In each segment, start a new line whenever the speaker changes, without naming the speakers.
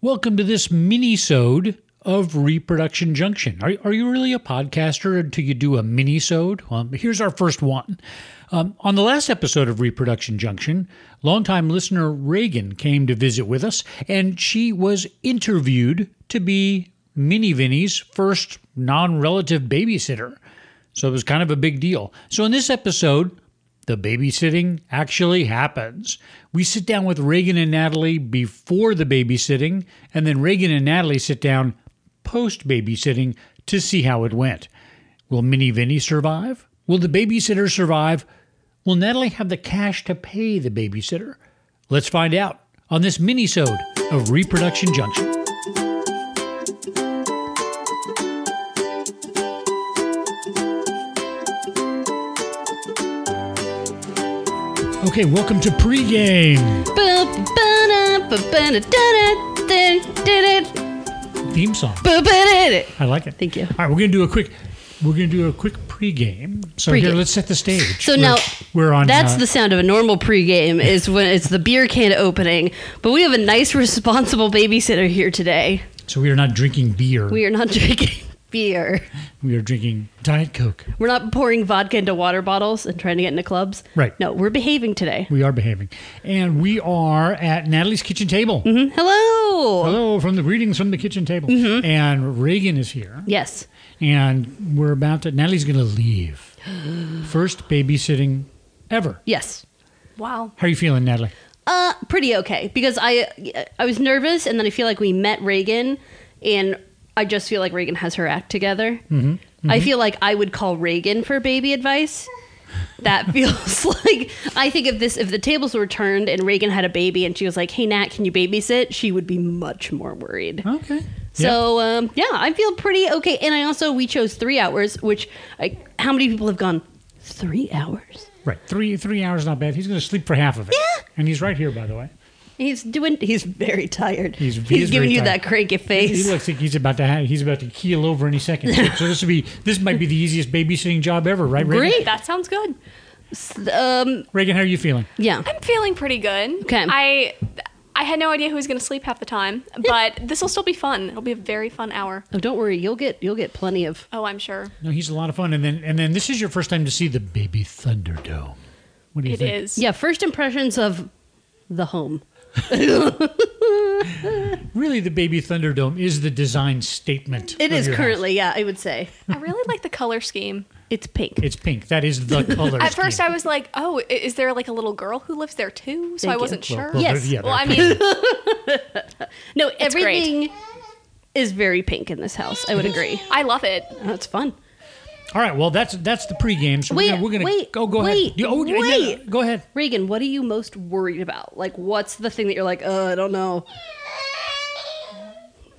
Welcome to this mini-sode of Reproduction Junction. Are, are you really a podcaster until you do a mini-sode? Well, here's our first one. Um, on the last episode of Reproduction Junction, longtime listener Reagan came to visit with us, and she was interviewed to be Minnie Vinnie's first non-relative babysitter. So it was kind of a big deal. So in this episode, the babysitting actually happens. We sit down with Reagan and Natalie before the babysitting, and then Reagan and Natalie sit down post babysitting to see how it went. Will Minnie Vinnie survive? Will the babysitter survive? Will Natalie have the cash to pay the babysitter? Let's find out on this mini-sode of Reproduction Junction. Okay, welcome to pregame
Thank
theme song. I like it.
you.
All right, we're going to do a quick. We're going to do a quick pregame. So here,
Pregame.
let's set the stage.
So
we're,
now-
we're on.
That's
uh,
the sound of a normal pregame is when it's the beer can opening. But we have a nice, responsible babysitter here today.
So we are not drinking beer.
We are not drinking beer.
we are drinking Diet Coke.
We're not pouring vodka into water bottles and trying to get into clubs.
Right.
No, we're behaving today.
We are behaving, and we are at Natalie's kitchen table.
Mm-hmm. Hello.
Hello from the greetings from the kitchen table,
Mm-hmm.
and Reagan is here,
Yes.
and we're about to. Natalie's going to leave. First babysitting ever.
Yes. Wow.
How are you feeling, Natalie?
Uh, pretty okay because I I was nervous and then I feel like we met Reagan and I just feel like Reagan has her act together. I feel like I would call Reagan for baby advice. That feels like I think if this if the tables were turned and Reagan had a baby and she was like, "Hey Nat, can you babysit?" she would be much more worried.
Okay.
So um, yeah, I feel pretty okay. And I also we chose three hours, which I, how many people have gone three hours?
Right. Three three hours not bad. He's going to sleep for half of it.
Yeah.
And he's right here, by the way.
He's doing. He's very tired.
He's-
He's,
he is
giving
very
you
tired.
that cranky
He
face.
looks like he's about to ha he's about to keel over any second. so this would be this might be the easiest babysitting job ever, right? Reagan?
Great.
That sounds good.
Um.
Reagan, how are you feeling?
Yeah.
I'm feeling pretty good.
Okay.
I I had no idea who was going to sleep half the time, but this will still be fun. It'll be a very fun hour.
Oh, don't worry. You'll get. You'll get plenty of.
Oh, I'm sure.
No, he's a lot of fun. And then and then this is your first time to see the baby Thunderdome. What do you
It
think?
is.
Yeah. First impressions of the home.
Really, the baby Thunderdome is the design statement.
It
of
is
your house.
currently. Yeah, I would say
I really like the color scheme.
it's pink.
It's pink. That is the color.
At first, I was like, oh, i- is there like a little girl who lives there too? So
Thank
I
you.
wasn't
Well,
sure.
well,
Yes.
yeah,
Well, I
they're
mean,
no,
great.
everything is very pink in this house. I would agree.
I love it.
Oh, it's fun.
All right. Well, that's that's the pregame. So
Wait,
we're gonna, we're gonna
wait,
go go ahead.
wait,
Yeah, oh, yeah, yeah,
wait.
go ahead.
Reagan, what are you most worried about? Like, what's the thing that you're like? Oh, I don't know.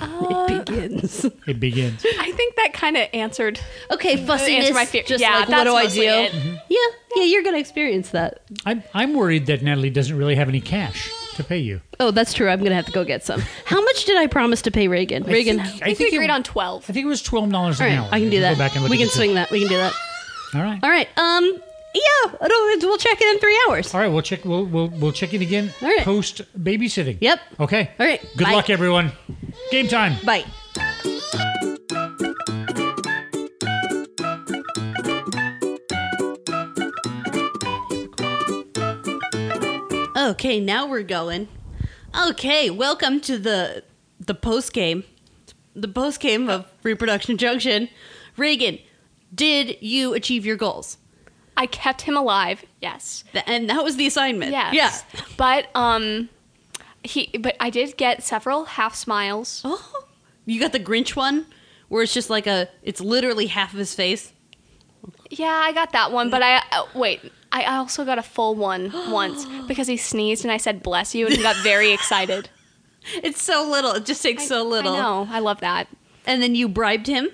it begins.
It begins.
I think that kind of answered.
Okay, fussiness.
my fear-
Just
yeah,
like, what
that's
do I do?
mostly it.
Mm-hmm.
Yeah, yeah, you're gonna experience that.
I'm I'm worried that Natalie doesn't really have any cash to pay you.
Oh, that's true. I'm gonna have to go get some. How much did I promise to pay Reagan? Reagan,
I think,
I think we
it-
agreed on 12.
I think it was twelve dollars an
all right,
hour.
I can do
We'll
that.
Go back and look
we
at
can
the-
swing that. We can do that.
All right.
All right. Um. Yeah. I don't- We'll check it in three hours.
All right. We'll check. We'll we'll, we'll check it again
All right.
post babysitting.
Yep.
Okay.
All right,
Good
bye.
luck, everyone. Game time.
Bye. Okay, now we're going. Okay, welcome to the the post game, the post game of Reproduction Junction. Reagan, did you achieve your goals?
I kept him alive. Yes.
Th- And that was the assignment. Uh,
Yes.
Yeah.
But, um,. He, but I did get several half smiles.
Oh, you got the Grinch one, where it's just like a, it's literally half of his face.
Yeah, I got that one, but I uh, wait. I also got a full one once because he sneezed and I said "bless you" and he got very excited.
It's so little. It just takes so little.
I know. I love that.
And then you bribed him.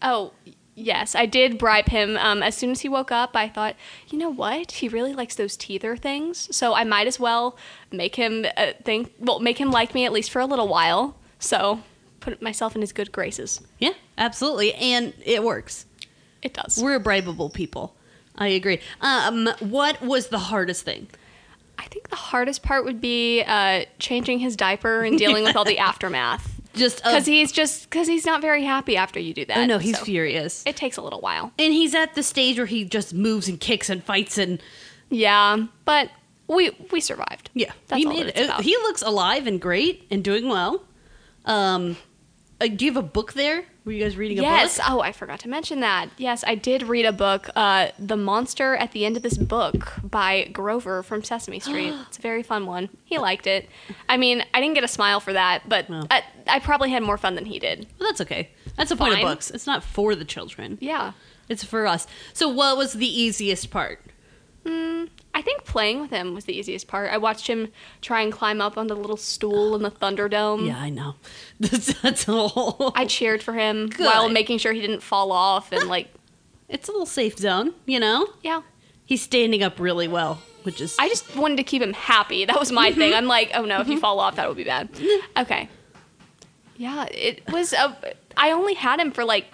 Oh yes, I did bribe him. Um, as soon as he woke up, I thought, you know what? He really likes those teether things, so I might as well make him uh, think. Well, make him like me at least for a little while. So put myself in his good graces.
Yeah, absolutely. And it works.
It does.
We're bribable people. I agree. Um, what was the hardest thing?
I think the hardest part would be uh, changing his diaper and dealing with all the aftermath
Just a-
because he's just because he's not very happy after you do that.
Oh. I know he's
so
furious.
It takes a little while.
and he's at the stage where he just moves and kicks and fights and
Yeah, but we we survived.
yeah,
That's
he
all
made
that
it.
it's about.
He looks alive and great and doing well. Um, uh, do you have a book there? Were you guys reading a
Yes.
book?
Oh, I forgot to mention that. Yes, I did read a book, uh, "The Monster at the End of This Book" by Grover from Sesame Street. it's a very fun one. He liked it. I mean, I didn't get a smile for that, but
No.
I, I probably had more fun than he did.
Well, that's okay. That's the point of
Fine.
books. It's not for the children.
Yeah.
It's for us. So, what was the easiest part?
I think playing with him was the easiest part. I watched him try and climb up on the little stool in the Thunderdome.
Yeah, I know. That's, that's a whole.
I cheered for him while
Good.
making sure he didn't fall off and like,
it's a little safe zone, you know.
yeah.
He's standing up really well, which is
I just wanted to keep him happy. That was my thing.
Mm-hmm.
I'm like, oh no, if you fall off, that would be bad. Okay. Yeah, it was. A, I only had him for like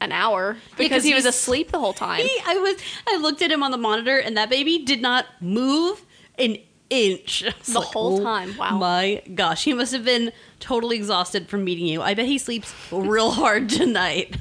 an hour
'cause
because he was
he's-
asleep the whole time.
He- I was. I looked at him on the monitor, and that baby did not move an inch I was "Oh
The whole time. Wow.
My gosh, he must have been totally exhausted from meeting you. I bet he sleeps real hard tonight.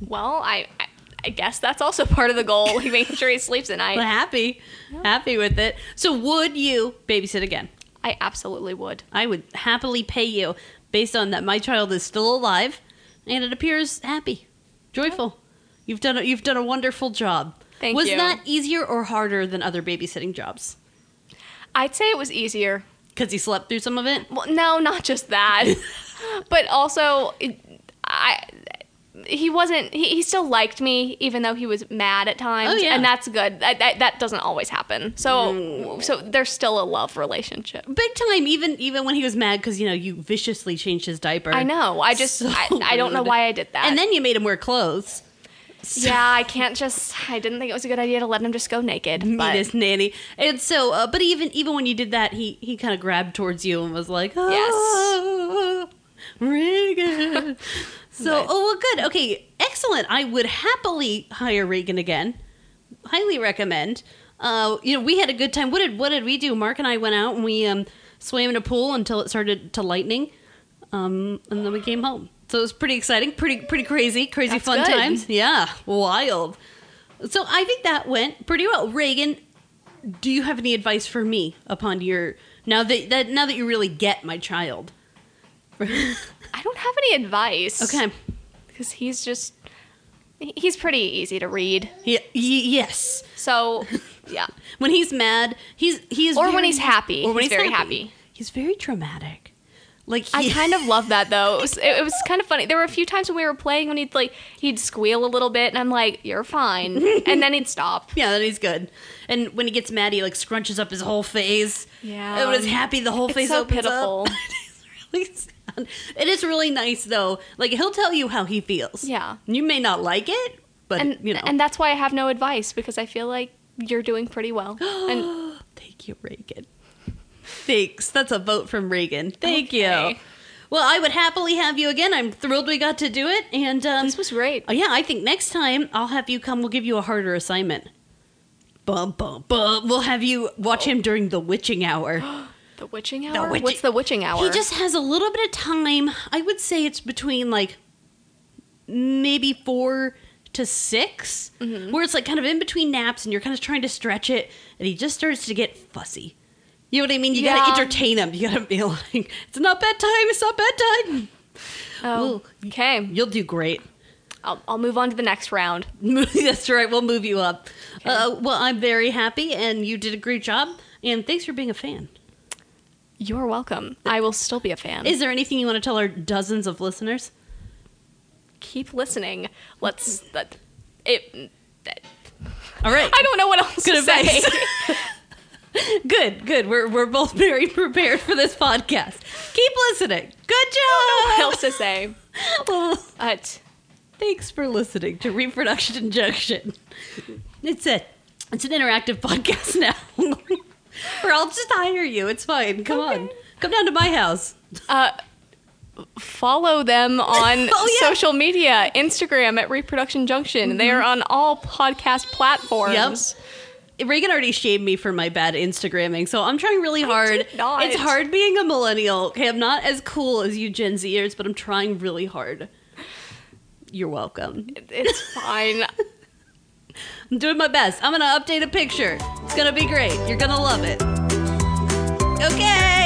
Well, I, I, I guess that's also part of the goal. He making sure he sleeps at
But
night.
happy, happy with it. So, would you babysit again?
I absolutely would.
I would happily pay you, based on that my child is still alive, and it appears happy, joyful. You've done a, you've done a wonderful job.
Oh. Thank
Was
you.
that easier or harder than other babysitting jobs?
I'd say it was easier.
Because he slept through some of it.
Well, no, not just that, but also, it, I. He wasn't. He, he still liked me, even though he was mad at times,
Oh, yeah.
and that's good. That, that, that doesn't always happen. So,
Mm.
so there's still a love relationship.
big time even even when he was mad because you know you viciously changed his diaper
I know. I just.
So
I, I don't know
rude.
why I did that.
and then you made him wear clothes
yeah, I can't just. I didn't think it was a good idea to let him just go naked. But
meanest nanny and so uh, but even even when you did that he he kind of grabbed towards you and was like oh, yes reagan so
Nice.
oh well good okay excellent i would happily hire reagan again highly recommend uh you know we had a good time what did what did we do mark and i went out and we um swam in a pool until it started to lightning um, and then we came home. So it was pretty exciting, pretty pretty crazy, crazy
That's
fun
good.
times. Yeah, wild. So I think that went pretty well. Reagan, do you have any advice for me upon your now that, that now that you really get my child?
I don't have any advice.
Okay.
because he's just. he- He's pretty easy to read.
Yeah, y- yes.
So, yeah.
When he's mad, he's he is
Or when
very-
he's happy.
Or when
He's
he's,
very happy.
He's very dramatic. Like
I
he-
kind of love that though. It was, it was kind of funny. There were a few times when we were playing when he'd like he'd squeal a little bit, and I'm like, "You're fine," and then he'd stop.
Yeah, then he's good. And when he gets mad, he like scrunches up his whole face.
Yeah.
And when he's happy, the whole
It's
face
so
opens
pitiful.
up. It's really sad. It is really nice though. Like he'll tell you how he feels.
Yeah.
You may not like it, but
And
you know.
and that's why I have no advice because I feel like you're doing pretty well. And
Thank you, Reagan. Thanks. That's a vote from Reagan. Thank you.
Okay.
Well, I would happily have you again. I'm thrilled we got to do it. And um,
this was great.
Oh, yeah, I think next time I'll have you come. We'll give you a harder assignment. Bum, bum, bum. We'll have you watch him during the witching hour.
The witching hour.
witching-
What's the witching hour?
He just has a little bit of time. I would say it's between like maybe four to 6
Mm-hmm.
where it's like kind of in between naps and you're kind of trying to stretch it, and he just starts to get fussy. You know what I mean? You
Yeah.
gotta entertain him. You gotta be like, it's not bedtime. It's not bedtime.
Oh, okay.
You'll do great.
I'll I'll move on to the next round.
That's right. We'll move you up. Uh, well, I'm very happy, and you did a great job. And thanks for being a fan.
You're welcome. I will still be a fan.
Is there anything you want to tell our dozens of listeners?
Keep listening. Let's. That, it. that-
All right.
I don't know what else
Good
to say.
advice. Good, good. We're we're both very prepared for this podcast. Keep listening. Good
what
job.
else to say? But
Thanks for listening to Reproduction Junction. It's a it's an interactive podcast now. or I'll just hire you. It's fine. Come on.
Okay.
Come down to my house.
uh, follow them on
Oh, yeah. Mm-hmm.
social media Instagram at Reproduction Junction. They are on all podcast platforms.
Reagan already shamed me for my bad Instagramming, so I'm trying really hard.
did not.
It's hard being a millennial. Okay, I'm not as cool as you Gen Zers, but I'm trying really hard. You're welcome.
It's fine.
I'm doing my best. I'm gonna update a picture. It's gonna be great. You're gonna love it. Okay.